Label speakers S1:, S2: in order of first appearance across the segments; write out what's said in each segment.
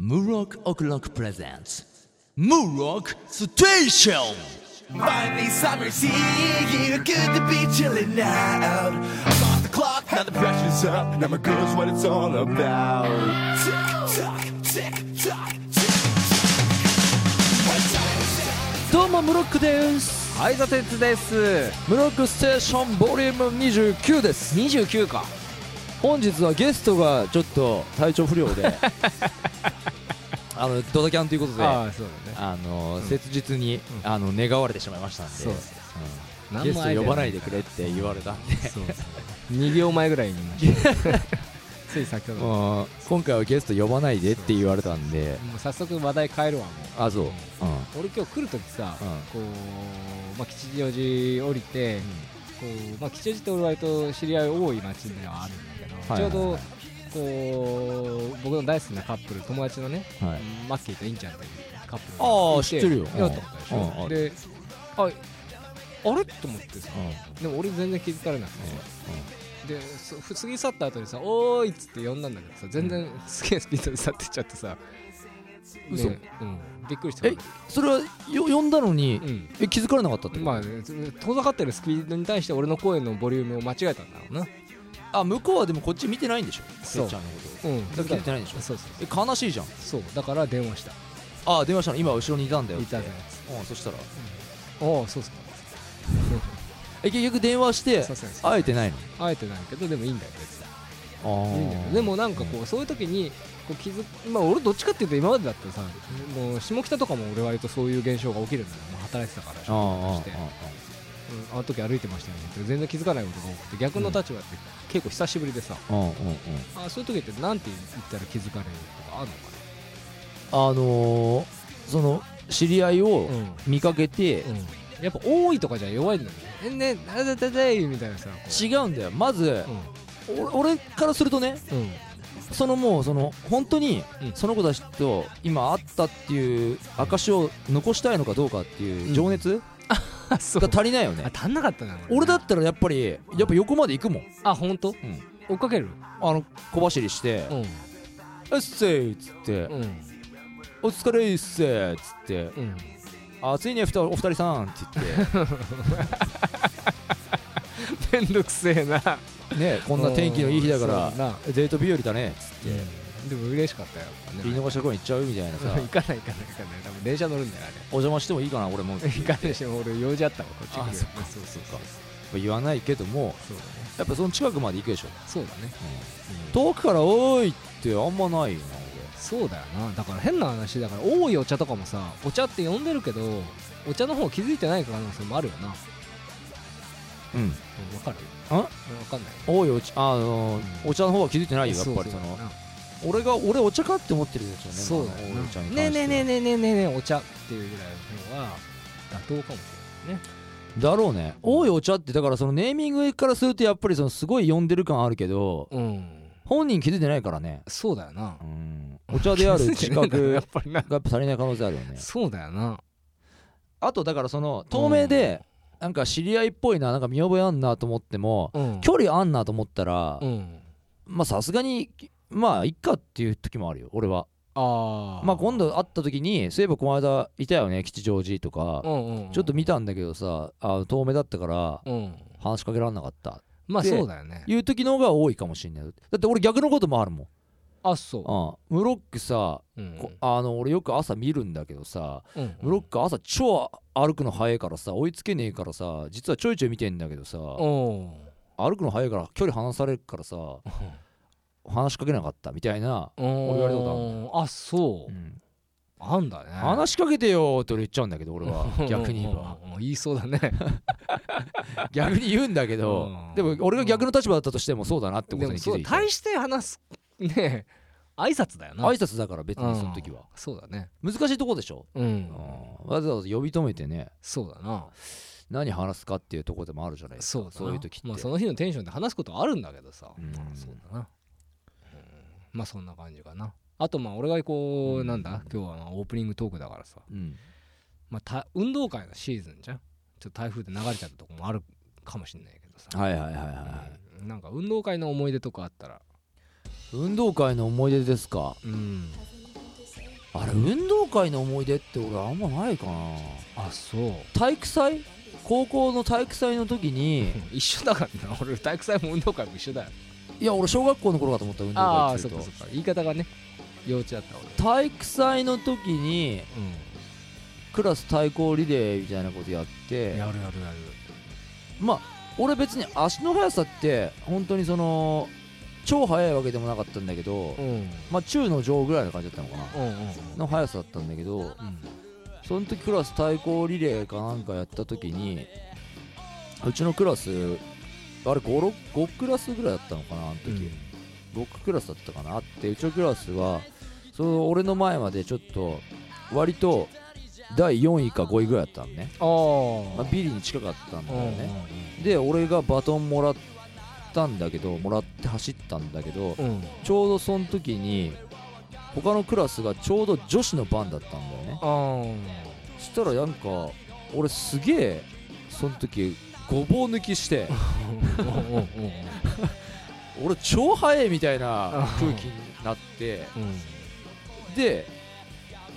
S1: Murok O'Clock presents Murok Station!
S2: Finally, summer's here. Good to be chilling out. I'm off the clock, now the pressure's up. Now my girl's what it's all about. Tick tock, tick tock, tick tock.
S3: どうもムロックです
S4: はい、ザテツです。
S3: ムロックステーションボリューム29です
S4: 二十九か。
S3: 本日はゲストがちょっと体調不良 であのドタキャンということであ
S4: あ、そうだね。
S3: の、切実に、あの願われてしまいましたんで
S4: そう
S3: うんゲスト呼ばないでくれって言われたんで
S4: そうそう。二秒前ぐらいにいました。 つい先ほど。も
S3: もう今回はゲスト呼ばないでって言われたんで
S4: う早速話題変えるわ。も
S3: あそう、うん、
S4: う俺今日来るときさ
S3: うん、
S4: こう、まあ、吉祥寺降りて。こう、まあ、吉祥寺って俺割と知り合い多い街ではあるんだけど、
S3: はい
S4: ちょうど。こう、僕の大好きなカップル、友達のね、
S3: はい、
S4: マッキーとインちゃんというカップルがいて。
S3: ああ知ってるよ
S4: 出会ったことでし
S3: うんうん
S4: ょ。で、あ。あれと思ってさ、でも俺全然気づかれなくて、でそふ過ぎ去った後にさ「おーい」っつって呼んだんだけどさ全然すげえスピードで去ってっちゃってさ
S3: 嘘
S4: ねうん、びっくりした
S3: えそれはよ呼んだのに、
S4: うん
S3: え気づかれなかったってこと、
S4: まあね遠ざかってるスピードに対して俺の声のボリュームを間違えたんだろうな
S3: あ向こうはでもこっち見てないんでしょせ
S4: そう
S3: っちゃんのこと
S4: うん
S3: だから聞いてないでしょ
S4: そうそ
S3: え
S4: う
S3: 悲しいじゃん
S4: そうだから電話した
S3: あ電話したの今後ろにいたんだよっ
S4: い
S3: て
S4: たね
S3: うんそしたら
S4: おおそうっすか
S3: え結局電話して
S4: そうそうそう
S3: 会えてないの
S4: 会えてないけどでもいいんだよ別に
S3: あー
S4: いいんだけどでもなんかこう、そういう時にこう気づまあ俺どっちかっていうと今までだったらさもう下北とかも俺割とそういう現象が起きるんだよ、まあ、働いてたから
S3: あーあ
S4: し
S3: ー
S4: て
S3: あ
S4: うんあの時歩いてましたよねって全然気づかないことが多くて逆の立場って結構久しぶりでさ、
S3: ーうんうんうん
S4: あそういう時ってなんて言ったら気づかれるとかあるのか
S3: あのーその知り合いを
S4: うん
S3: 見かけて
S4: な、やっぱ多いとかじゃ弱いんだよねえねだだだだいみたいなさこう
S3: 違うんだよまずお俺からするとね
S4: うんうん
S3: そのもうその本当に
S4: うん
S3: その子たちと今会ったっていう証を残したいのかどうかっていう情熱
S4: あそう
S3: が足りないよね
S4: あ、足んなかったな
S3: 俺だったらやっぱりやっぱ横まで行くもん
S4: あ本当、
S3: ん
S4: 追っかける
S3: あの小走りして
S4: うん
S3: 「うっせー」っつって
S4: うん
S3: 「お疲れっすー」っつって
S4: うん
S3: 「暑いねふたお二人さん」って言っ
S4: めんどくせえな
S3: てねこんな天気のいい日だか
S4: うんそうだ
S3: ら
S4: な
S3: デート日和だねっつって
S4: でも嬉しかったよ
S3: 飯逃した公園行っちゃうみたいなさ
S4: 行かない行かない行かない多分電車乗るんだよあれ
S3: お邪魔してもいいかな俺 もって
S4: 行かないし俺用事あったわこっち来る
S3: あそっ
S4: かそうそうそう
S3: 言わないけども
S4: そうだね
S3: やっぱその近くまで行くでしょ
S4: そうだね、
S3: 遠くから「おーい」ってあんまないよな
S4: そうだよなだから変な話だから多いお茶とかもさお茶って呼んでるけどお茶の方気づいてない可能性もあるよな
S3: 俺うん
S4: 分かる
S3: ん
S4: わかんない
S3: おいお茶あのー
S4: うん
S3: お茶の方は気づいてないよや
S4: そ
S3: っ
S4: う
S3: ぱりその俺が俺お茶かって思ってるんですよ
S4: そう
S3: ね
S4: だよ
S3: まあお茶に関して
S4: ね
S3: は
S4: ねねねねねねねお茶っていうぐらいの方が妥当かもしれないね
S3: だろうね「おいお茶」ってだからそのネーミングからするとやっぱりそのすごい呼んでる感あるけど
S4: うん
S3: 本人気づいてないからね
S4: そうだよな
S3: うんお茶である自
S4: 気づいてねえん
S3: 覚
S4: だろや
S3: が
S4: っぱりな
S3: やっぱ足りない可能性あるよね
S4: そうだよな
S3: あとだからその透明でなんか知り合いっぽいななんか見覚えあんなと思っても
S4: うん
S3: 距離あんなと思ったら
S4: うん
S3: まあさすがにまあいっかっていう時もあるよ俺は
S4: ああ
S3: まあ今度会った時にそういえばこの間いたよね吉祥寺とか
S4: うんうんうん
S3: ちょっと見たんだけどさあ透明だったから
S4: うん
S3: 話しかけられなかった
S4: まあ
S3: で
S4: そうだよね
S3: いう時の方が多いかもしれないだって俺逆のこともあるもん
S4: あそ
S3: うん、ムロックさ、
S4: ううん
S3: こあの俺よく朝見るんだけどさ
S4: うん
S3: ムロック朝超歩くの早いからさ追いつけねえからさ実はちょいちょい見てんだけどさ
S4: うん
S3: 歩くの早いから距離離されるからさ話しかけなかったみたいな、
S4: うん
S3: 俺言われたこ
S4: あそう、
S3: うん
S4: あんだね
S3: 話しかけてよって俺言っちゃうんだけど俺 は
S4: うん
S3: 逆に言えば
S4: うんうん言いそうだね
S3: 逆に言うんだけど
S4: うん
S3: でも俺が逆の立場だったとしてもそうだなってこ
S4: で
S3: と
S4: も
S3: に気
S4: そ
S3: づ
S4: う
S3: いた挨
S4: 大して話すね挨拶だよな
S3: 拶だから別にその時は
S4: うんそうだね
S3: 難しいとこでしょ、
S4: う
S3: うんん、わざわざ呼び止めてね
S4: そうだな
S3: 何話すかっていうとこでもあるじゃないですか
S4: そうだな
S3: いう時って、
S4: まあその日のテンションで話すことはあるんだけどさ
S3: うん
S4: そうだなうんまあそんな感じかなあとまあ俺がこうなんだ今日はあのオープニングトークだからさ
S3: うん
S4: まあ、た運動会のシーズンじゃんちょっと台風で流れちゃったとこもあるかもしれないけどさ、
S3: はいはいはいはい
S4: うんなんか運動会の思い出とかあったら
S3: 運動会の思い出ですか
S4: うん
S3: あれ運動会の思い出って俺あんまないかな
S4: あそう
S3: 体育祭高校の体育祭の時に
S4: 一緒だからな俺体育祭も運動会も一緒だよ
S3: いや俺小学校の頃かと思った運動
S4: あ
S3: 会っ
S4: あ
S3: て
S4: そ
S3: い
S4: っ
S3: うと
S4: かそっか言い方がね幼稚だった俺
S3: 体育祭の時に
S4: う
S3: クラス対抗リレーみたいなことやって
S4: やるやるやる
S3: まあ俺別に足の速さって本当にその超速いわけでもなかったんだけど、
S4: うん
S3: まあ中の上ぐらいの感じだったのかな
S4: うんうん
S3: の速さだったんだけどその時クラス対抗リレーかなんかやった時にうちのクラスあれ 5, 5クラスぐらいだったのかなあの時、僕クラスだったかなあってうちのクラスはその俺の前までちょっと割と第4位か5位ぐらいだったのね、
S4: あ
S3: まあ、ビリに近かったん
S4: あ
S3: だよねで俺がバトンもらったんだけどもらって走ったんだけど
S4: うん
S3: ちょうどその時に他のクラスがちょうど女子の番だったんだよね
S4: あー
S3: そしたらなんか俺すげえその時ごぼう抜きして
S4: うんうんうん
S3: 俺超速いみたいな空気になって
S4: うん
S3: で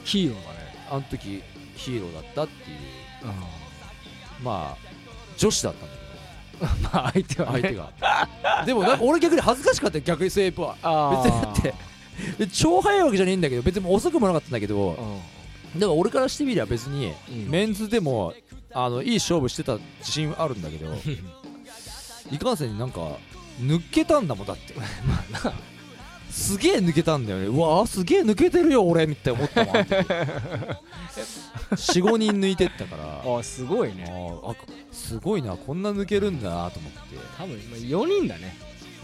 S4: ヒーローだね
S3: あの時ヒーローだったっていう
S4: う
S3: まあ女子だったんだ
S4: んまあ相手はね
S3: 相手がでもなんか俺逆に恥ずかしかったよ逆にそういうエイプは
S4: あ
S3: 別にだってで超速いわけじゃねえんだけど別に遅くもなかったんだけどだから俺からしてみりゃ別にメンズでもあのいい勝負してた自信あるんだけどいかんせんなんか抜けたんだもんだって すげえ抜けたんだよねうわあすげえ抜けてるよ俺みたいな思ったもん45人抜いてったから
S4: ああすごいね
S3: ああすごいなこんな抜けるんだなと思って、
S4: 多分今4人だね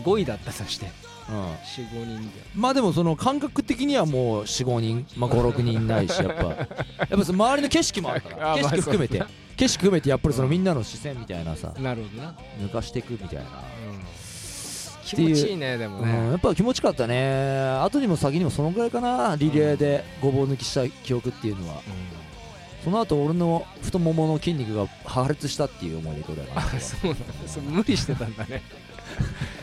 S4: 5位だったとして
S3: う
S4: 45人で
S3: ん、まあでもその感覚的にはもう45人、まあ、56人ないしやっ ぱやっぱその周りの景色もあるか
S4: あ
S3: ら
S4: ー
S3: 景
S4: まあ
S3: 色含めて
S4: そう
S3: 景色含めてやっぱりそのみんなの視線みたいなさ
S4: なるほどな
S3: 抜かしていくみたいな、
S4: 気持ちいいねでも
S3: うん、
S4: ね
S3: やっぱ気持ちよかったね後にも先にもそのぐらいかなリレーでごぼう抜きした記憶っていうのはその後俺の太ももの筋肉が破裂したっていう思い出ぐらいかな
S4: あそうなんだそれ無理してたんだね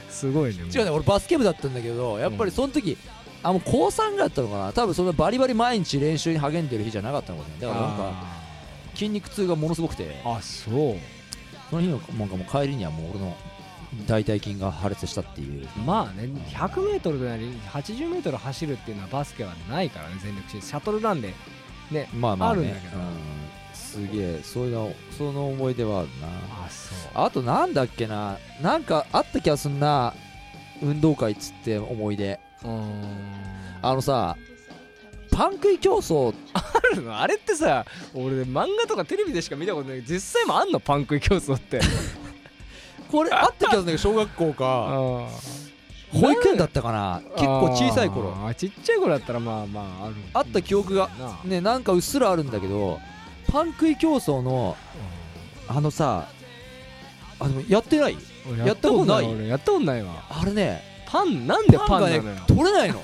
S4: すごいね
S3: 違うね俺バスケ部だったんだけどやっぱりその時、あもう高3ぐらいだったのかな多分そんなバリバリ毎日練習に励んでる日じゃなかったのかねだからなんか
S4: あ
S3: 筋肉痛がものすごくて
S4: ーあそう
S3: その日のなんかもう帰りにはもう俺の大腿筋が破裂したっていう
S4: まあね 100m でなり 80m 走るっていうのはバスケはないからね全力してシャトルランでね
S3: まあまあ、ね、
S4: あるんだけど
S3: うんすげえそういうのその思い出はあるな
S4: あそう
S3: あとなんだっけななんかあった気がすんな運動会っつって思い出
S4: うーん
S3: あのさパン食い競争
S4: あるのあれってさ俺漫画とかテレビでしか見たことないけど実際もあんのパン食い競争って
S3: これあった気がするんだけど小学校か
S4: あー
S3: 保育園だったかな結構小さい頃
S4: あーちっちゃい頃だったらまあまあある
S3: あった記憶が
S4: な
S3: ねなんかうっすらあるんだけどパン食い競争のあのさあでもやってない
S4: うん
S3: やったことない
S4: 俺やったことないわ
S3: あれね
S4: パンなんで
S3: パ
S4: パ
S3: ン
S4: ン
S3: が
S4: な
S3: ね
S4: のよ
S3: 取れ ないの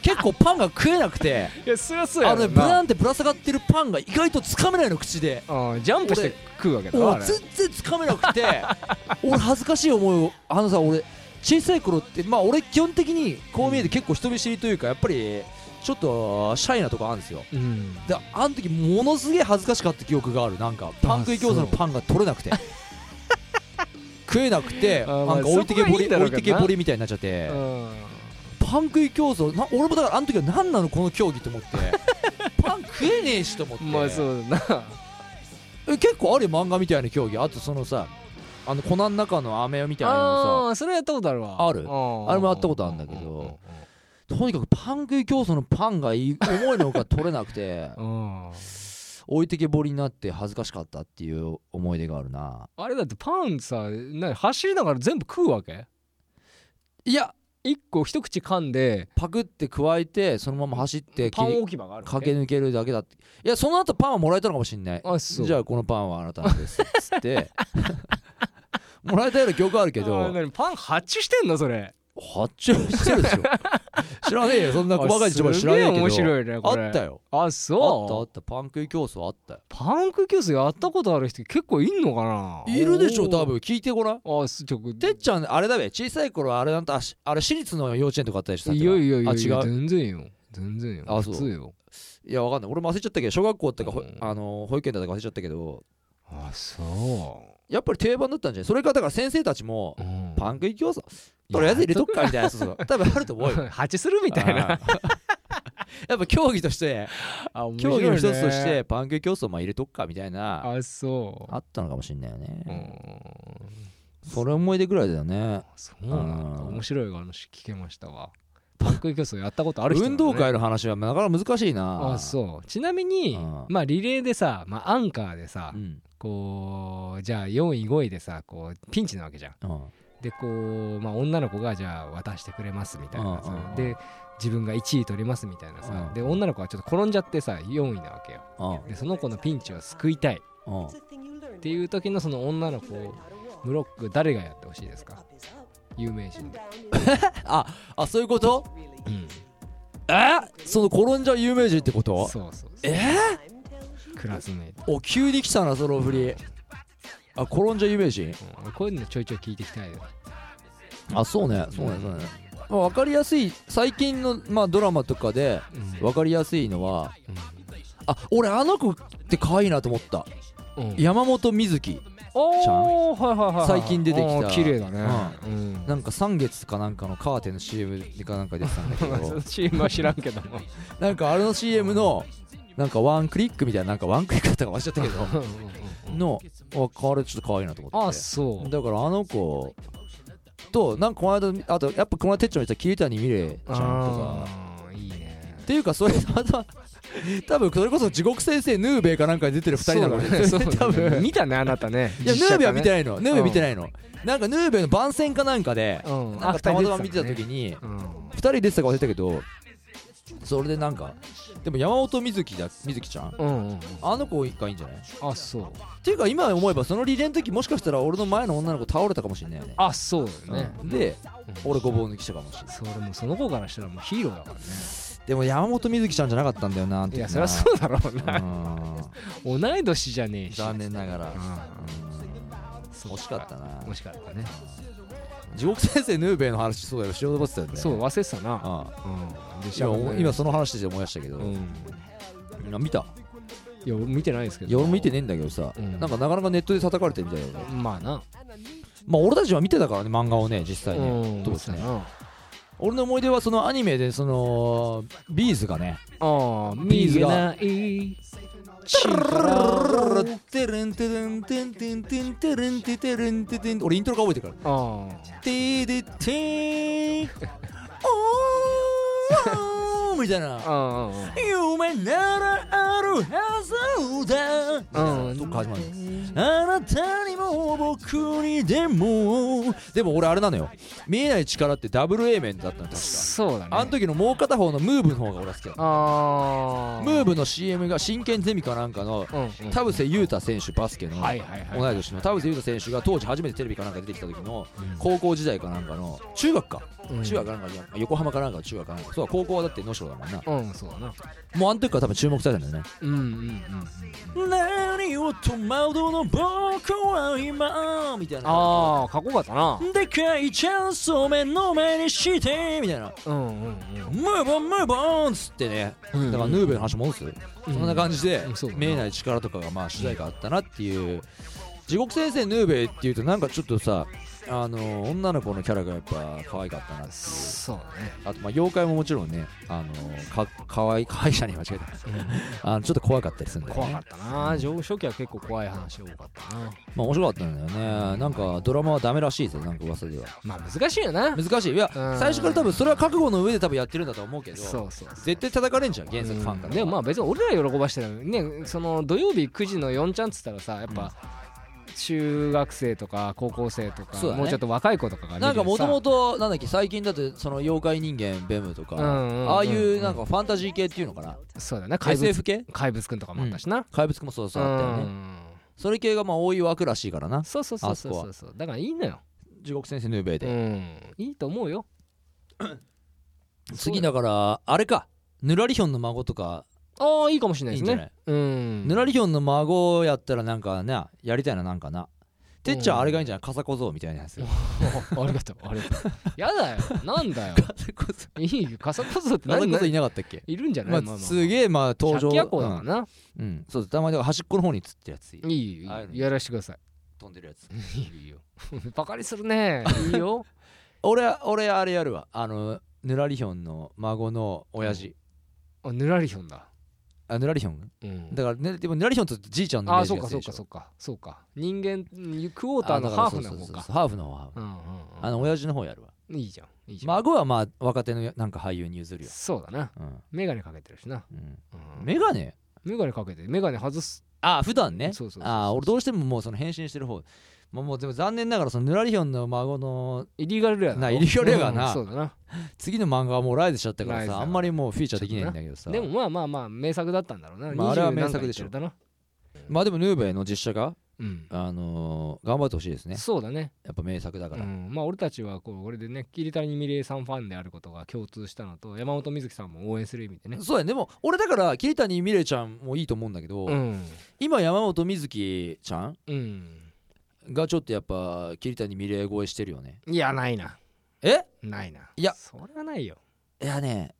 S3: 結構パンが食えなくて
S4: いやそりゃそう
S3: あ
S4: や
S3: のね
S4: ろ
S3: ブ
S4: な
S3: ランってぶら下がってるパンが意外とつかめないの口で
S4: うんジャンプして食うわけだろあ
S3: 俺
S4: れ
S3: 全然つかめなくて 俺恥ずかしい思いをあのさ俺小さい頃ってまあ俺基本的にこう見えて結構人見知りというかやっぱりちょっとシャイなとこあるんですよ
S4: うん
S3: であの時ものすげえ恥ずかしかった記憶があるなんかパン食い餃子のパンが取れなくて 食えなくて
S4: あー
S3: なん
S4: まあ
S3: か置いてけぼ
S4: そこがいい
S3: り
S4: んだろ
S3: 置
S4: う
S3: い
S4: けどな
S3: てけぼりみたいになっちゃってパン食い競争な俺もだからあの時は何なのこの競技と思 ってパン食えねえしと思って、
S4: うんまあそうだな
S3: え結構あるよ漫画みたいな競技あとそのさあの粉の中の飴みたいなの
S4: あーそれやったことあるわ
S3: ある
S4: うん
S3: あれもやったことあるんだけどさとにかくパン食い競争のパンがいい重いのが取れなくて
S4: うん
S3: 置いてけぼりになって恥ずかしかったっていう思い出があるな
S4: あれだってパンさな走りながら全部食うわけ
S3: いや
S4: 一個一口噛んで
S3: パクって加えてそのまま走って
S4: パ
S3: 切
S4: ン
S3: り
S4: 置き場があるわけ
S3: 駆け抜けるだけだっていやその後パンはもらえたのかもしんない
S4: あそう
S3: じゃあこのパンはあなたのですっつって もらえたような記憶あるけ
S4: あー
S3: ど
S4: 何パン発注してんのそれ
S3: 発注してるでしょ知らねえよそんな細かい情報知らねえけど
S4: あすげ面白いねこれ
S3: あったよ
S4: あ
S3: あったあ
S4: そ
S3: ったパン食い競争あったよ
S4: うパンク教室やったことある人結構いんのかないい
S3: るでしょ多分聞いてごらん
S4: あすちょく
S3: てっちゃんあれだべ小さい頃あれなんとあしあれ私立の幼稚園とかあったでしょ
S4: いやいやいや
S3: あ違う
S4: 全然よ全然よ
S3: あ
S4: 普
S3: そう
S4: 通よ
S3: いやわかんない俺も忘れちゃったけど小学校とか、ほ
S4: うん
S3: あの保育園だとか忘れちゃったけど
S4: あそ
S3: やっぱり定番だったんじゃないそれからだから先生たちも
S4: う、うん
S3: パン食い競争とりあえず入れとくかみたいなそうそう多分あると思うよ
S4: 蜂する みたいな
S3: あー やっぱ競技として
S4: あ面白
S3: 競
S4: い
S3: 技
S4: ね
S3: の一つとしてパン食い競争も入れとくかみたいな
S4: あそ
S3: あったのかもしんないよ
S4: うう
S3: ね、
S4: ん
S3: それ思い出ぐらいだよね
S4: そうなんだ
S3: うん
S4: 面白い話聞けましたわパン食い競争やったことある人なの
S3: 運
S4: ね
S3: 動会の話はなかなか難しいな
S4: あそうちなみに
S3: うん
S4: まあリレーでさ、まあ、アンカーでさ、
S3: ん
S4: こうじゃあ4位5位でさこうピンチなわけじゃん
S3: うん
S4: でこう、まあ、女の子がじゃあ渡してくれますみたいな
S3: うんうん
S4: さ
S3: うん
S4: で自分が1位取りますみたいな
S3: う
S4: さ
S3: ん
S4: で女の子はちょっと転んじゃってさ4位なわけよ
S3: うん
S4: でその子のピンチを救いたいっ
S3: うん
S4: ていう時のその女の子をブロック誰がやってほしいですか有名人で、
S3: ああそういうこと
S4: うん、
S3: えその転んじゃう有名人ってこと
S4: そうそうそう
S3: え
S4: クラスメイト、
S3: お急に来たなその振りあ転んじゃう有名人
S4: うん、こういうのちょいちょい聞いていきたいよね
S3: あそうねそうねそうねまあ分かりやすい最近の、まあ、ドラマとかで分かりやすいのはあ俺あの子って可愛いなと思った
S4: うんうん
S3: 山本美月ちゃん
S4: おーはいはいはいはい
S3: 最近出てきた
S4: おー綺麗だねうん
S3: なんか3月かなんかのカーテンの CM かなんか出てたんだけ
S4: そ
S3: ど
S4: の チームは知らんけども
S3: なんかあれの CM のなんかワンクリックみたいななんかワンクリックだったか忘れちゃったけどのああれちょっと可愛いなと思って
S4: あそう
S3: だからあの子となんかこの間あとやっぱこの間てっちゃん言ってた桐谷美玲ちゃんとか
S4: あーいいね
S3: っていうかそれまた 多分それこそ地獄先生ヌーベイかなんかに出てる2人だからね
S4: そうだ ね
S3: 多
S4: そうだね
S3: 分
S4: 見たねあなたね
S3: いやヌーベイは見て
S4: い
S3: ないのヌーベイは見てないのなんかヌーベイの番宣かなんかで
S4: うん
S3: なんかたまたま見てた
S4: ね
S3: 時に
S4: うん
S3: 2人出てたか忘れたけどそれでなんかでも山本美月だ美月ちゃん
S4: うんうん
S3: あの子がいいんじゃないっ
S4: あそう
S3: ていうか今思えばそのリレーの時もしかしたら俺の前の女の子倒れたかもしれないよね
S4: あそうだよね
S3: うんで、
S4: うん
S3: 俺ごぼう抜きしたかもしれない
S4: それもうその子からしたらもうヒーローだからね
S3: でも山本瑞希ちゃんじゃなかったんだよなあの時
S4: いや
S3: な
S4: そりゃそうだろう
S3: う
S4: な
S3: ん
S4: 同い年じゃねえし
S3: 残念ながら
S4: うん
S3: 惜しかったな
S4: 惜しかったね
S3: 地獄先生ヌーベイの話そうだよ塩でばってたよね
S4: そう忘れてたな
S3: あ
S4: うんで
S3: あ今今
S4: 今
S3: その話して思い出したけど、
S4: うん
S3: 今見た
S4: いや俺見てないですけど
S3: いや俺見てねえんだけどさ、
S4: うん
S3: なんかなかなかネットで叩かれてるみたいだよね
S4: まあな
S3: まあ俺たちは見てたからね漫画をね実際
S4: う
S3: ね
S4: ん
S3: どうですね
S4: そうだな
S3: 俺の思い出はそのアニメでそのビーズがね
S4: ああ、
S3: ビーズが
S4: 見えない。
S3: テレンテレンテンテンテンテレンテテレンテテン俺イントロから覚えてるから
S4: あ
S3: テーデテーおーみたい
S4: あ、
S3: な
S4: あ
S1: 夢ならあるはずだ
S4: あ、うん。
S3: どっか始まる
S1: あなたにも僕にで
S3: もうでも俺あれなのよ見えない力ってダブル A 面だったの確か
S4: そうだね。
S3: あの時のもう片方のムーブの方が俺は好きだった
S4: ああ。
S3: ムーブの CM が真剣ゼミかなんかの
S4: うんうん
S3: 田臥勇太選手バスケの
S4: はいはいは
S3: 同
S4: い
S3: い年の田臥勇太選手が当時初めてテレビかなんか出てきた時の高校時代かなんかの中学か
S4: うん
S3: 中学かなんかに横浜かなんかの中学かなんかそうだ高校はだって能代だもんな
S4: うん、そうだな。
S3: もうあの時から多分注目されたんだよね
S4: うんうんうん。
S1: 何を戸惑うの僕は今みたいな
S4: ああ、かっこよかったな。
S1: でかいチャンスを目の前にしてみ
S3: み
S1: たい
S3: たいな
S4: うんうんうん。
S3: ムーブンムーブンっつってねだ
S4: うん
S3: からヌーベの話戻すそんな感じで
S4: うんそうだな
S3: 見えない力とかがまあ主題歌あったなっていう地獄先生ヌーベっていうとなんかちょっとさあの女の子のキャラがやっぱ可愛かったなっていう
S4: そうだね。
S3: あとまあ妖怪ももちろんねあのか可愛い可愛いじゃねえ間違えたあのちょっと怖かったりするんだよ
S4: 怖
S3: ね
S4: かったな。上初期は結構怖い話多かったな。
S3: まあ面白かったんだよねなんかドラマはダメらしいぞなんか噂では
S4: まあ難しいよな。
S3: 難しいいや
S4: うん
S3: 最初から多分それは覚悟の上で多分やってるんだと思うけど
S4: そうそう。
S3: 絶対叩かれんじゃん原作ファンからは
S4: でもまあ別に俺ら喜ばしてたのねその土曜日9時の4ちゃんっつったらさやっぱ中学生とか高校生とか、
S3: そうだね
S4: もうちょっと若い子とかが見る
S3: なんかもとも
S4: と
S3: となんだっけ最近だとその妖怪人間ベムとか、
S4: うんうんうんうん
S3: ああいうなんかファンタジー系っていうのかな、
S4: そうだね怪物
S3: SF 系
S4: 怪物くんとかもあったしな、
S3: 怪物くんもそう
S4: う
S3: そうあったよね、
S4: ん、
S3: それ系がまあ多い枠らしいからな
S4: そうそうそうそう
S3: あそ
S4: そ
S3: こ
S4: うそうだからいいのよ、
S3: 地獄先生ヌーベイ
S4: う
S3: で、
S4: ん、いいと思うよ
S3: 次だからあれかぬらりひょんの孫とか
S4: ああいいかもしれない
S3: いいん
S4: です
S3: じゃ
S4: ね
S3: ない
S4: うん
S3: ぬらりひょんの孫やったらなんかねやりたいななんかなてっちゃんあれがいいんじゃない笠小僧みたいなやつ
S4: ありがとうありがとうやだよなんだよ
S3: 笠小僧
S4: いいよ笠小僧っ
S3: 笠
S4: て何
S3: 小僧
S4: 何
S3: いなかったっけ
S4: いるんじゃない、
S3: まあすげえまあ登場
S4: 百鬼夜行だから
S3: うん
S4: な、
S3: うんそうたまにだから端っこの方に釣ってるやつ
S4: いいよいいよやらしてください
S3: 飛んでるやつ
S4: いいよ バカにするねいいよ
S3: 俺俺あれやるわあのぬらりひょんの孫の親父
S4: あぬらりひょんだ、
S3: あぬらりひょん
S4: うん、
S3: だからねでもぬらりひょんとじいちゃんのイメ
S4: あ
S3: ー
S4: あ
S3: ジ
S4: そう
S3: が
S4: か
S3: 強
S4: そう
S3: いでし
S4: か
S3: ょ
S4: そうかそうか人間うんクォーターのハーフの
S3: あだ
S4: 方
S3: からそうそうそう
S4: か
S3: そうハーフの方ハーフ
S4: うんうん
S3: あの親父の方やるわ
S4: うんいいじゃんいいじゃん、
S3: 孫はまあ若手のなんか俳優に譲るよ
S4: そうだな
S3: うん
S4: メガネかけてるしな、
S3: うん
S4: うん、
S3: メガネ
S4: メガネかけてメガネ外す
S3: ああ普段ね
S4: そうそうそうそう
S3: ああ俺どうしてももうその変身してる方まあもうでも残念ながらそのぬらりひょんの孫の
S4: イリーガルレアだろ
S3: なイリーガルレアがな
S4: うんそうだな
S3: 次の漫画はもうライズしちゃったから
S4: ライズだ
S3: さ
S4: な
S3: あんまりもうフィーチャーできないんだけどさ
S4: でもまあまあまあ名作だったんだろうな、
S3: まああれは名作でしょ
S4: 20何回言ってるだな
S3: まあでもヌーベイの実写化
S4: うん
S3: あのー頑張ってほしいですね
S4: そうだね、
S3: やっぱ名作だか
S4: う
S3: ら
S4: ん、まあ俺たちはこうこれでね桐谷美玲さんファンであることが共通したのと山本美月さんも応援する意味でね
S3: そうやねでも俺だから桐谷美玲ちゃんもいいと思うんだけど
S4: うん
S3: 今山本美月ちゃん
S4: うん
S3: がちょっとやっぱ桐谷美玲超えしてるよね
S4: いやないな
S3: え
S4: ないない
S3: や
S4: それはないよ
S3: いやね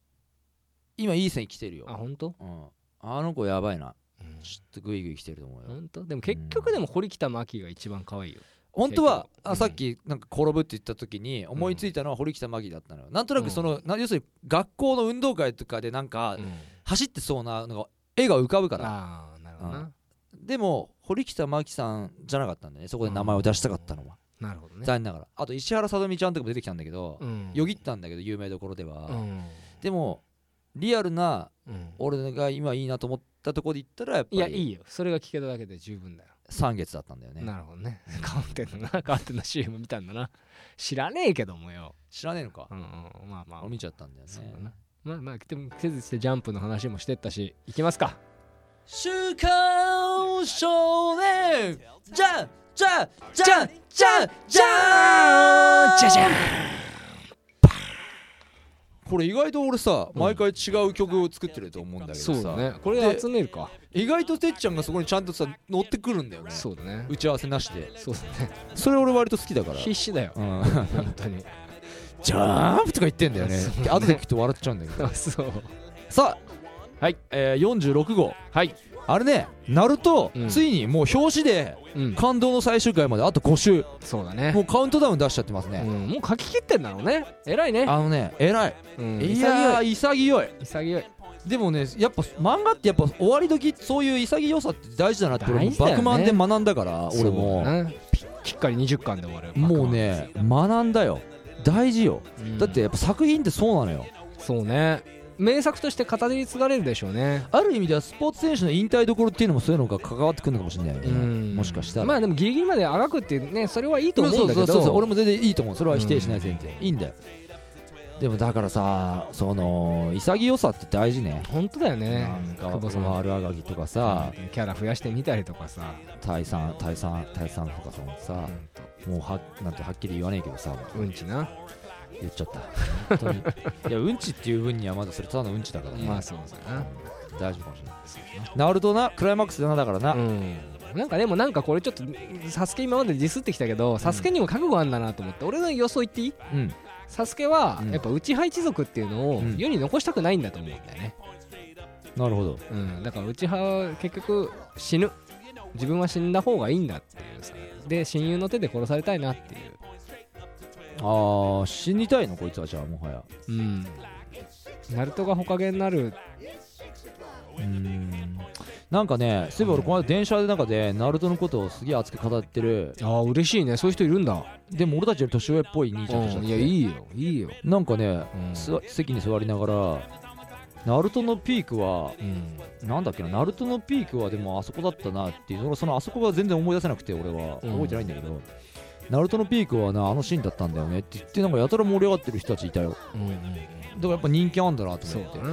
S3: 今いい線来てる
S4: あ
S3: よ
S4: 本当
S3: うんあの子やばいな
S4: うん
S3: ちょっとグイグイ来てると思うよ
S4: 本当でも結局でも堀北真希が一番可愛いよ
S3: 本当は
S4: 結局う
S3: あ
S4: ん
S3: さっきなんか転ぶって言った時に思いついたのは堀北真希だったのよなんとなくそのな要するに学校の運動会とかでなんか
S4: うん
S3: 走ってそうなのが絵が浮かぶから
S4: ああなるほどな
S3: でも堀北真希さんじゃなかったんだよねそこで名前を出したかったのは
S4: なるほどね
S3: 残念ながらあと石原さとみちゃんとかも出てきたんだけど
S4: うん
S3: よぎったんだけど有名どころでは
S4: うん
S3: でもリアルな
S4: うん
S3: 俺が今いいなと思ったところで言ったらやっぱ
S4: いやい
S3: り
S4: いよそれが聞けただけで十分だよ
S3: 3月だったんだよね
S4: なるほどね カーテンのなカーテンの CM 見たんだな知らねえけどもよ
S3: 知らねえのか
S4: うんうんまあまあ
S3: 俺見ちゃったんだよ
S4: そうだ
S3: ね
S4: なまあまあでもせずしてジャンプの話もしてったし行きますか
S3: 週刊少年じゃんじゃんじゃんじゃんじゃん
S4: じゃじゃん
S3: これ意外と俺さ毎回違う曲を作ってると思うんだけど
S4: そうだ
S3: さ、
S4: ねこれ集めるか
S3: 意外とてっちゃんがそこにちゃんとさ乗ってくるんだよね
S4: そうだね
S3: 打ち合わせなしで
S4: そうだね
S3: それ俺割と好きだから
S4: 必死だよ
S3: うん、
S4: 本当に
S3: ジャーンプとか言ってんだよね
S4: そうね
S3: 後で聞くと笑っちゃうんだけど
S4: あ そう
S3: さあはい、えー、46号
S4: はい
S3: あれねナルト、
S4: うん
S3: ついにもう表紙で
S4: うん
S3: 感動の最終回まであと5週
S4: そうだね
S3: もうカウントダウン出しちゃってます
S4: う
S3: ね、
S4: んもう書き切ってんだろうね偉いね
S3: あのね偉い
S4: うん
S3: いや
S4: 潔い
S3: ー潔い
S4: 潔い
S3: でもねやっぱ漫画ってやっぱ終わり時そういう潔さって大事だなって俺も
S4: 大事だよ
S3: 爆
S4: ね
S3: 満で学んだから俺
S4: そうだ
S3: も
S4: ねぴきっかり20巻で終わる
S3: もうね学んだよ大事よ
S4: うん
S3: だってやっぱ作品ってそうなのよ
S4: そうね名作として語り継がれるでしょうね
S3: ある意味ではスポーツ選手の引退どころっていうのもそういうのが関わってくるのかもしれないよ
S4: うん
S3: ねもしかしたら
S4: まあでもギリギリまであがくっていうねそれはいいと思うんだけど
S3: そうそうそうそう俺も全然いいと思うそれは否定しない前提、いいんだよでもだからさその潔さって大事ね
S4: 本当だよね
S3: なんか
S4: 久保さん
S3: 悪あがきとかさ
S4: キャラ増やしてみたりとかさ
S3: 退散退散退散とかそのさ
S4: うんと
S3: もうはなんてはっきり言わねえけどさ
S4: うんちな
S3: 言っちゃった本当に いやうんちっていう分にはまだそれただのうんちだからね、
S4: まあそうだな
S3: うん大丈夫かもしれないナルトなクライマックスだなだからな、
S4: うんなんかでもなんかこれちょっと「サスケ今までディスってきたけど「サスケにも覚悟あんだなと思って俺の予想言っていい
S3: うん
S4: サスケは
S3: うん
S4: やっぱ内派一族っていうのを
S3: うん
S4: 世に残したくないんだと思うんだよね、
S3: なるほど
S4: うん、だから内派は結局死ぬ自分は死んだ方がいいんだっていうさで親友の手で殺されたいなっていう
S3: あー死にたいのこいつはじゃあもはや
S4: うんナルトがほかげになる
S3: うんなんかねそういえば俺この間電車の中でナルトのことをすげえ熱く語ってる
S4: ああ嬉しいねそういう人いるんだ
S3: でも俺たちより年上っぽい兄ちゃんたちだっ
S4: うん
S3: た
S4: いやいいよいいよ
S3: なんかね、
S4: うん
S3: す席に座りながらナルトのピークは
S4: うん
S3: なんだっけなナルトのピークはでもあそこだったなっていうそのそのあそこが全然思い出せなくて俺は
S4: うん
S3: 覚えてないんだけど、ナルトのピークはなあのシーンだったんだよねって言ってなんかやたら盛り上がってる人たちいたよ
S4: うんうん
S3: だからやっぱ人気あんだなと
S4: そう
S3: 思って
S4: だない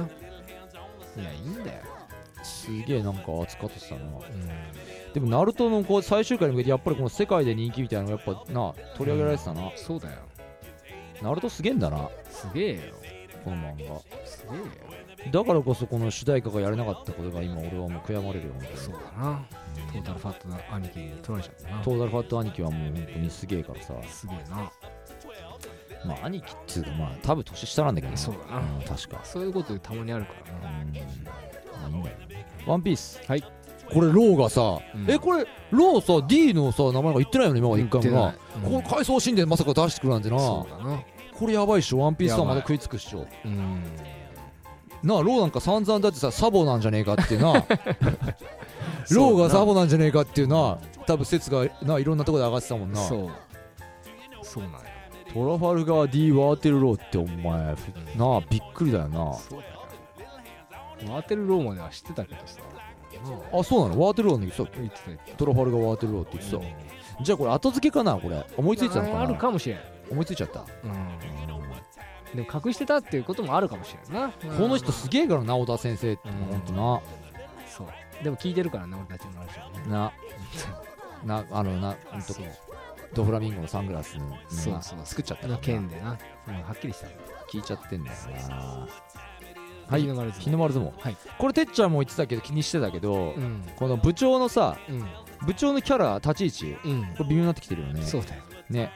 S4: やいいんだよ、
S3: すげえなんか熱かってたなでもナルトのこう最終回に向けてやっぱりこの世界で人気みたいなのがやっぱな取り上げられてたな、
S4: そうだよ
S3: ナルトすげえんだな
S4: すげえよ
S3: この漫画
S4: すげえよ
S3: だからこそこの主題歌がやれなかったことが今俺はもう悔やまれるよ本当に
S4: そうだなトータルファットな兄貴に取られちゃったな
S3: トータルファット兄貴はもう本当にすげえからさ
S4: すげえな
S3: まあ兄貴っつうかまあ多分年下なんだけどね
S4: そうだな
S3: うん確か
S4: そういうことたまにあるから
S3: うんま
S4: な
S3: あいいんだよワンピース
S4: はい
S3: これローがさ、
S4: うん
S3: えこれローさ D のさ名前が言ってないよね今まで一回もな
S4: 言ってない
S3: この
S4: うん
S3: 回想シーンでまさか出してくるなんてな
S4: そ
S3: こ
S4: うだな
S3: れやばいっしょワンピースさんまた
S4: やばい
S3: 食いつくっしょ
S4: うん
S3: なあローなんか散々だってさサボなんじゃねえかって いうなローがサボなんじゃねえかっていうな多分説がないろんなとこで上がってたもんなト
S4: そうそうなんや
S3: ラファルガー D ワーテルローってお前ふなあびっくりだよな
S4: そうだよワーテルローまでは知ってたけどさな
S3: あそうなのワーテルローなんだけど
S4: あ言ってた言って
S3: トラファルガーワーテルローって言って
S4: た
S3: た、じゃあこれ後付けかなこれ思いついてたのかな
S4: あるかもしれん
S3: 思いついちゃった、
S4: うんでも隠してたっていうこともあるかもしれんな
S3: この人すげえからな小田先生って
S4: うん
S3: ほんとな
S4: そうでも聞いてるからね俺たちの話はね
S3: ななあのなほんと
S4: そう
S3: ドフラミンゴのサングラスの
S4: そう
S3: な
S4: そう
S3: 作っちゃったから
S4: の
S3: な
S4: 件でなうんはっきりしたんだ
S3: 聞いちゃってんだよなは
S4: はいい日の丸相撲
S3: 日の丸相撲、
S4: はい
S3: これてっちゃんも言ってたけど気にしてたけど、
S4: うん
S3: この部長のさ
S4: うん
S3: 部長のキャラ立ち位置
S4: うん
S3: これ微妙になってきてるよね
S4: そうだよ
S3: ね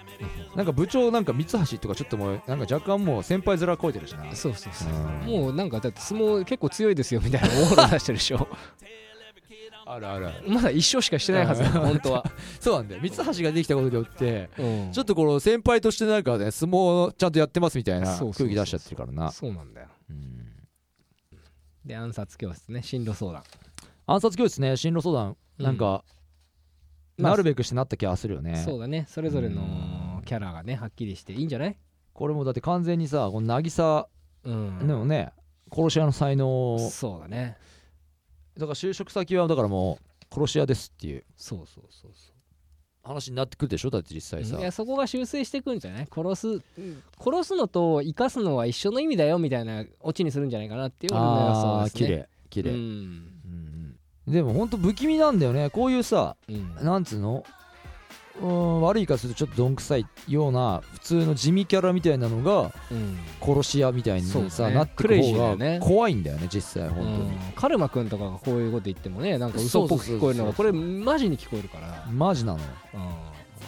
S3: なんか部長なんか三橋とかちょっともうなんか若干もう先輩面超えてるしな
S4: そうそうそ
S3: う
S4: う
S3: ん
S4: もうなんかだって相撲結構強いですよみたいなオーラ出してるでし ょ
S3: あるあるある
S4: まだ一勝しかしてないはずだよ本当は
S3: そうなんだよ三橋ができたことによって
S4: うん
S3: ちょっとこの先輩としてなんかね相撲ちゃんとやってますみたいな
S4: そう
S3: 空
S4: そうそうそう
S3: 気出しちゃってるからな
S4: そうなんだよ
S3: うん
S4: で暗殺教室ね進路相談
S3: 暗殺教室ね進路相談なんか、
S4: まあ
S3: なるべくしてなった気がするよね
S4: そうだねそれぞれのキャラがねはっきりしていいんじゃない
S3: これもだって完全にさこの渚
S4: うん
S3: でもね、殺し屋の才能
S4: そうだね
S3: だから就職先はだからもう殺し屋ですっていう
S4: そうそうそうそ
S3: 話になってくるでしょだって実際さ
S4: ういやそこが修正していくんじゃない殺す、殺すのと生かすのは一緒の意味だよみたいなオチにするんじゃないかなっていう俺の予想
S3: あ
S4: で
S3: あ
S4: す
S3: 綺
S4: ね
S3: 麗綺麗、
S4: う
S3: うん
S4: ん
S3: うんでもほんと不気味なんだよねこういうさ
S4: うん
S3: なんつうのうーん悪い言い方するとちょっとどんくさいような普通の地味キャラみたいなのが
S4: うん
S3: 殺し屋みたいに
S4: そう
S3: さ、
S4: だね
S3: なって
S4: ク
S3: く
S4: レイジーだ
S3: 方
S4: よね
S3: が怖いんだよね実際
S4: う
S3: 本
S4: んカルマくんとかがこういうこと言ってもねなんか嘘っぽく聞こえるのが
S3: そ
S4: これマジに聞こえるから
S3: 当にマジなのよ
S4: うん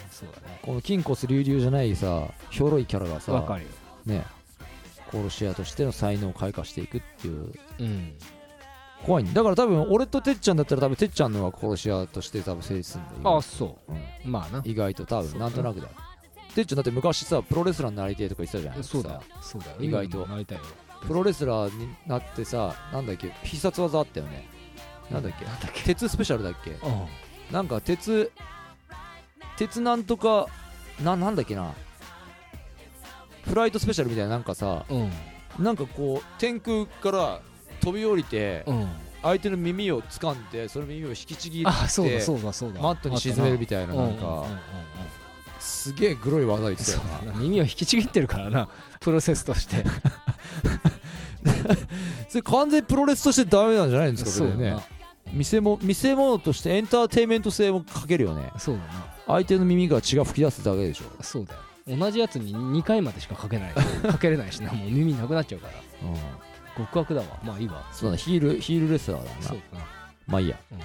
S4: そうだね
S3: この筋骨隆々じゃないさひょろいキャラが
S4: わか
S3: さ
S4: るよ
S3: ね殺し屋としての才能を開花していくっていう
S4: うん
S3: 怖いんだから多分俺とてっちゃんだったら多分てっちゃんの方が殺し屋として多分成立するんだ
S4: あ
S3: よ
S4: あそ
S3: うん
S4: うまあな
S3: 意外と多分なんとなくだよてっちゃんだって昔さプロレスラーになりてえとか言ってたじゃん
S4: そうだよ
S3: さ
S4: そうだよ
S3: 意外と
S4: 今もなりたいよ
S3: プロレスラーになってさなんだっけ必殺技あったよねなんだっけ
S4: なんだっけ
S3: 鉄スペシャルだっけ
S4: うん
S3: なんか鉄鉄なんとかななんだっけなフライトスペシャルみたいななんかさ
S4: うん
S3: なんかこう天空から飛び降りて
S4: うん
S3: 相手の耳を掴んでその耳を引きちぎって
S4: あそうだそうだそうだ
S3: マットに沈めるみたい
S4: た
S3: ななんかすげえグロい技言ってた
S4: そ
S3: よ
S4: うだな耳を引きちぎってるからなプロセスとして
S3: それ完全にプロレスとしてダメなんじゃないんですかこれ
S4: だ
S3: ね
S4: な
S3: 見せも見せ物としてエンターテインメント性もかけるよね
S4: そうだな
S3: 相手の耳から血が噴き出すだけでしょ、
S4: そうだよ同じやつに2回までしかかけないかけれないしなもう耳なくなっちゃうから
S3: うん、
S4: 極悪だわまあいいわ
S3: そうだヒールヒールレスラーだな
S4: そうだな
S3: まあいいや、
S4: うん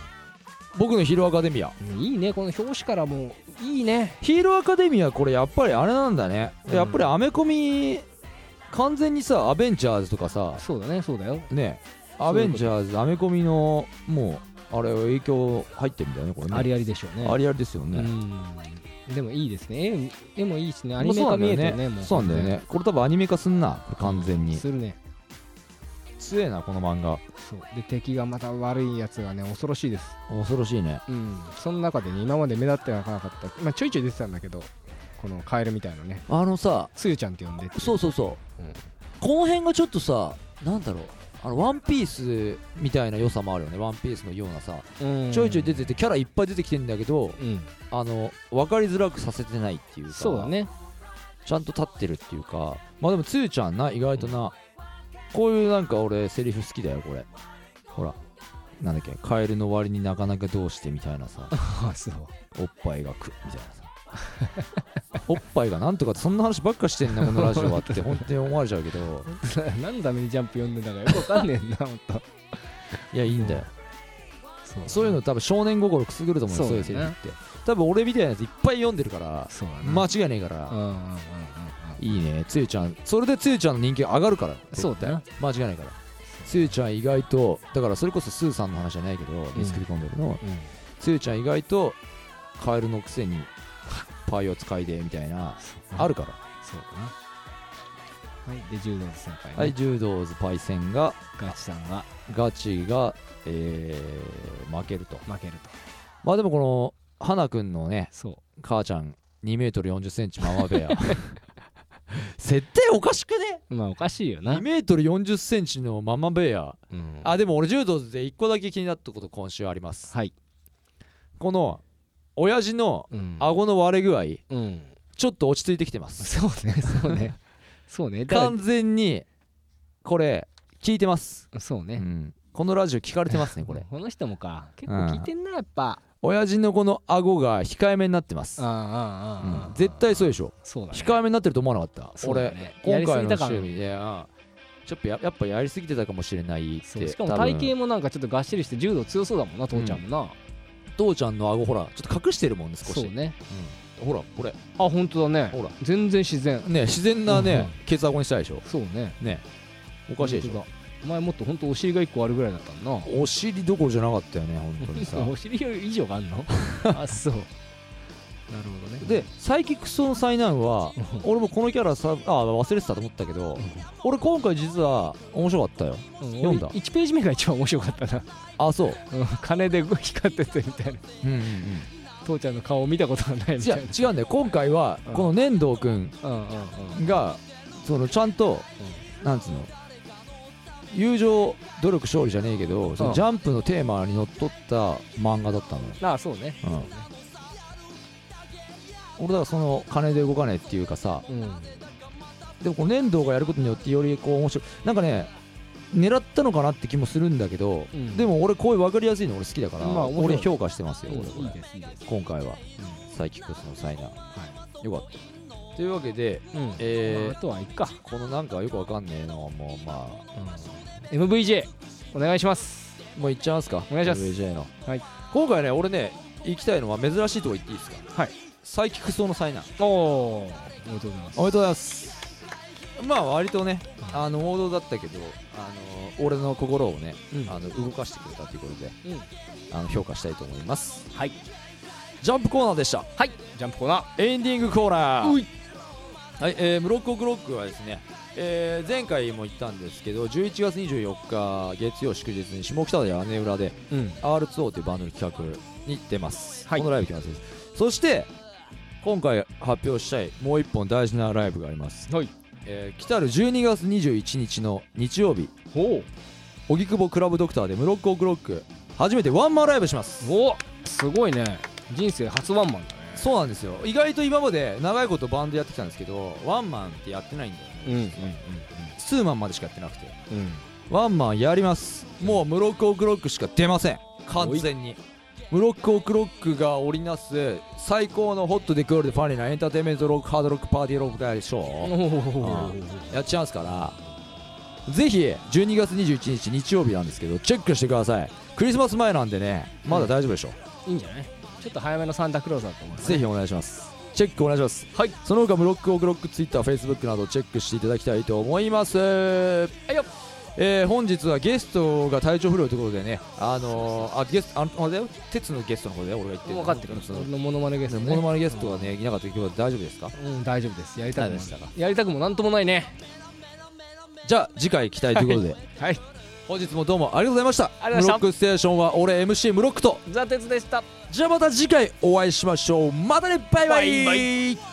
S3: 僕のヒーローアカデミア
S4: うんいいねこの表紙からもういいね
S3: ヒーローアカデミアこれやっぱりあれなんだね、
S4: うん
S3: やっぱりアメコミ完全にさアベンジャーズとかさ
S4: そうだねそうだよ
S3: ねア
S4: そうい
S3: ベ
S4: うこと
S3: ンジャーズアメコミのもうあれ影響入ってるんだよねこれね
S4: ありありでしょうね
S3: ありありですよね、
S4: うんでもいいですね絵絵もいいしねアニ
S3: もう
S4: メ
S3: そうな
S4: 化
S3: んだ
S4: 見
S3: よ
S4: えてるねもう
S3: そうなんだよねこれ多分アニメ化すんなこれ完全に
S4: するね
S3: 強えなこの漫画
S4: そうで敵がまた悪いやつがね恐ろしいです
S3: 恐ろしいね
S4: うん、その中でね今まで目立ってなかった、まあ、ちょいちょい出てたんだけどこのカエルみたいなね
S3: あのさ
S4: つゆちゃんって呼んでて
S3: そうそうそう、
S4: うん
S3: この辺がちょっとさなんだろうあのワンピースみたいな良さもあるよねワンピースのようなさちょいちょい出ててキャラいっぱい出てきてんだけど
S4: うん
S3: あの分かりづらくさせてないっていうか
S4: そうだね
S3: ちゃんと立ってるっていうかまあでもつゆちゃんな意外とな、こういうなんか俺セリフ好きだよこれほらなんだっけカエルの割になかなかどうしてみたいなさ
S4: ああそう
S3: おっぱいがくみたいなさおっぱいがなんとかってそんな話ばっかしてんなこのラジオは って本当に思われちゃうけど
S4: なんでダメにジャンプ読んでんだかよくわかんねえんな本当
S3: いやいいんだよ
S4: そう
S3: そういうの多分少年心くすぐると思うよ
S4: そ
S3: そうう
S4: だ
S3: いうセ
S4: ね
S3: リフって多分俺みたいなやついっぱい読んでるから
S4: そうだ
S3: 間違いねえから
S4: うんうんうんうんうん
S3: いいねつゆちゃんそれでつゆちゃんの人気上がるから
S4: そうだよ
S3: 絶対間違いないからつゆちゃん意外とだからそれこそスーさんの話じゃないけど水首コンドルの
S4: うん
S3: つゆちゃん意外とカエルのくせにパイを使いでみたいな
S4: だな
S3: あるから
S4: そうだなはいで柔道の先輩、ね、
S3: はい柔道ズパイセンが
S4: ガチさんが
S3: ガチがえー負けると
S4: 負けると
S3: まあでもこの花くんのね
S4: そう
S3: 母ちゃん2メートル4 0センチママ ベア設定おかしくね
S4: まあおかしいよな
S3: 2、メートル4 0センチのママベア
S4: うん
S3: あでも俺柔道で1個だけ気になったこと今週あります
S4: はい、
S3: この親父の
S4: うん
S3: 顎の割れ具合
S4: うん、
S3: ちょっと落ち着いてきてます
S4: そう ねそうねそうねだか
S3: 完全にこれ聞いてます、
S4: らそう
S3: う
S4: ね、
S3: ん、このラジオ聞かれて ますねこれ
S4: この人もか結構聞いてんなやっぱ、
S3: 親父のこの顎が控えめになってます、う
S4: ああああああ
S3: ん、絶対そうでしょ
S4: そうだね
S3: 控えめになってると思わなかった
S4: そうだ
S3: 俺
S4: ね
S3: 今
S4: やりす
S3: 回
S4: ぎた
S3: の
S4: 感
S3: 趣味でうんちょっとややっぱやりすぎてたかもしれないっ
S4: そう
S3: て
S4: しかも
S3: 多分
S4: 体型もなんかちょっとがっしりして柔道強そうだもんな父ちゃんもな、
S3: 父ちゃんの顎ほらちょっと隠してるもんね少し
S4: そうね
S3: うんほらこれ
S4: あ本当だね
S3: ほら
S4: 全然自然
S3: ね自然な
S4: うんう
S3: ね
S4: ん
S3: ケツ顎にしたいでしょ
S4: そうね
S3: ねお
S4: お
S3: かしいでしょ
S4: お前もっと本当お尻が一個あるぐらいだったんな
S3: お尻どころじゃなかったよね本当に さ
S4: お尻より以上があんの あそうなるほどね
S3: でサイキックスの災難は俺もこのキャラさあ忘れてたと思ったけど俺今回実は面白かったよ
S4: うん俺
S3: 読んだ
S4: 1ページ目が一番面白かったな
S3: あそう
S4: うん金で光っててみたいな
S3: うんうん
S4: 父ちゃんの顔を見たことがない
S3: うん違
S4: みたいうな
S3: 違うんだよ今回は
S4: うん
S3: この粘土くん
S4: うんうんうん
S3: がそのちゃんとなんつうの友情努力勝利じゃねえけどそのジャンプのテーマにのっとった漫画だったのよ
S4: ああそうね
S3: うん俺だからその金で動かねえっていうかさ
S4: うん
S3: でもこの粘土がやることによってよりこう面白いなんかね狙ったのかなって気もするんだけど、
S4: うん
S3: でも俺こういう分かりやすいの俺好きだから、
S4: まあ面白い
S3: 俺評価してますよ、俺こ
S4: いい
S3: れ
S4: ですいいです
S3: 今回はサイキックスの災難、よかったというわけで、
S4: うんうんまあ
S3: え
S4: あとはいいか
S3: ー、このなんかよくわかんねえのはもうまあ
S4: MVJ お願いします
S3: もういっちゃいますか
S4: お願いします
S3: WJ の、
S4: はい
S3: 今回ね俺ね行きたいのは珍しいとこ行っていいですか
S4: はい
S3: サイキックスの災難
S4: おおおめでとうございます
S3: おめでとうございますまあ割とね
S4: うん
S3: あの王道だったけどあの俺の心をね、
S4: うん
S3: あの動かしてくれたということで、
S4: うん
S3: あの評価したいと思います
S4: はい
S3: ジャンプコーナーでした
S4: はいジャンプコーナ
S3: エンディングコーナ
S4: う
S3: ー
S4: い
S3: はい、えー、ブロックオクロックはですね、えー前回も言ったんですけど11月24日月曜祝日に下北で屋根裏で
S4: ーうん
S3: R2O というバンドの企画に出ます、
S4: はい
S3: このライブ来ますそして今回発表したいもう一本大事なライブがあります、
S4: はい
S3: えー来たる12月21日の日曜日
S4: ほ
S3: 荻窪クラブドクターでムロックオクロック初めてワンマンライブします
S4: うおすごいね人生初ワンマンだね
S3: そうなんですよ意外と今まで長いことバンドやってきたんですけどワンマンってやってないんだよね
S4: うんうん
S3: ツーマンまでしかやってなくて
S4: うんうん
S3: ワンマンやりますもうムロックオクロックしか出ません完全にムロックオクロックが織りなす最高のホットでクールでファニーなエンターテインメントロックハードロックパーティーロック大賞
S4: おお
S3: やっちゃうんすからぜひ12月21日日曜日なんですけどチェックしてくださいクリスマス前なんでねまだ大丈夫でしょう、
S4: いいんじゃないちょっと早めのサンタクロースだと思う
S3: ぜひお願いしますチェックお願いします
S4: はい
S3: その他ブロックオクロックツイッターフェイスブックなどチェックしていただきたいと思いますはい
S4: よ
S3: えー本日はゲストが体調不良ということでねあのー、あゲストあのあれだよ鉄のゲストのことだよ俺が言ってる
S4: 分かってくる
S3: そ
S4: そ
S3: の
S4: のモノマネゲストね
S3: モノマネゲストがねいなかったけど大丈夫ですか
S4: うん大丈夫ですやりたくも
S3: 大丈夫でし
S4: やりたくもなんともないね
S3: じゃあ次回期待ということで、
S4: はい
S3: 本日もどうもありがとうございました
S4: ありがとうございました
S3: ブロックステーションは俺 MC ムロックと
S4: ザ・鉄でした
S3: じゃあまた次回お会いしましょうまたねバイバイ
S4: バイバ
S3: イ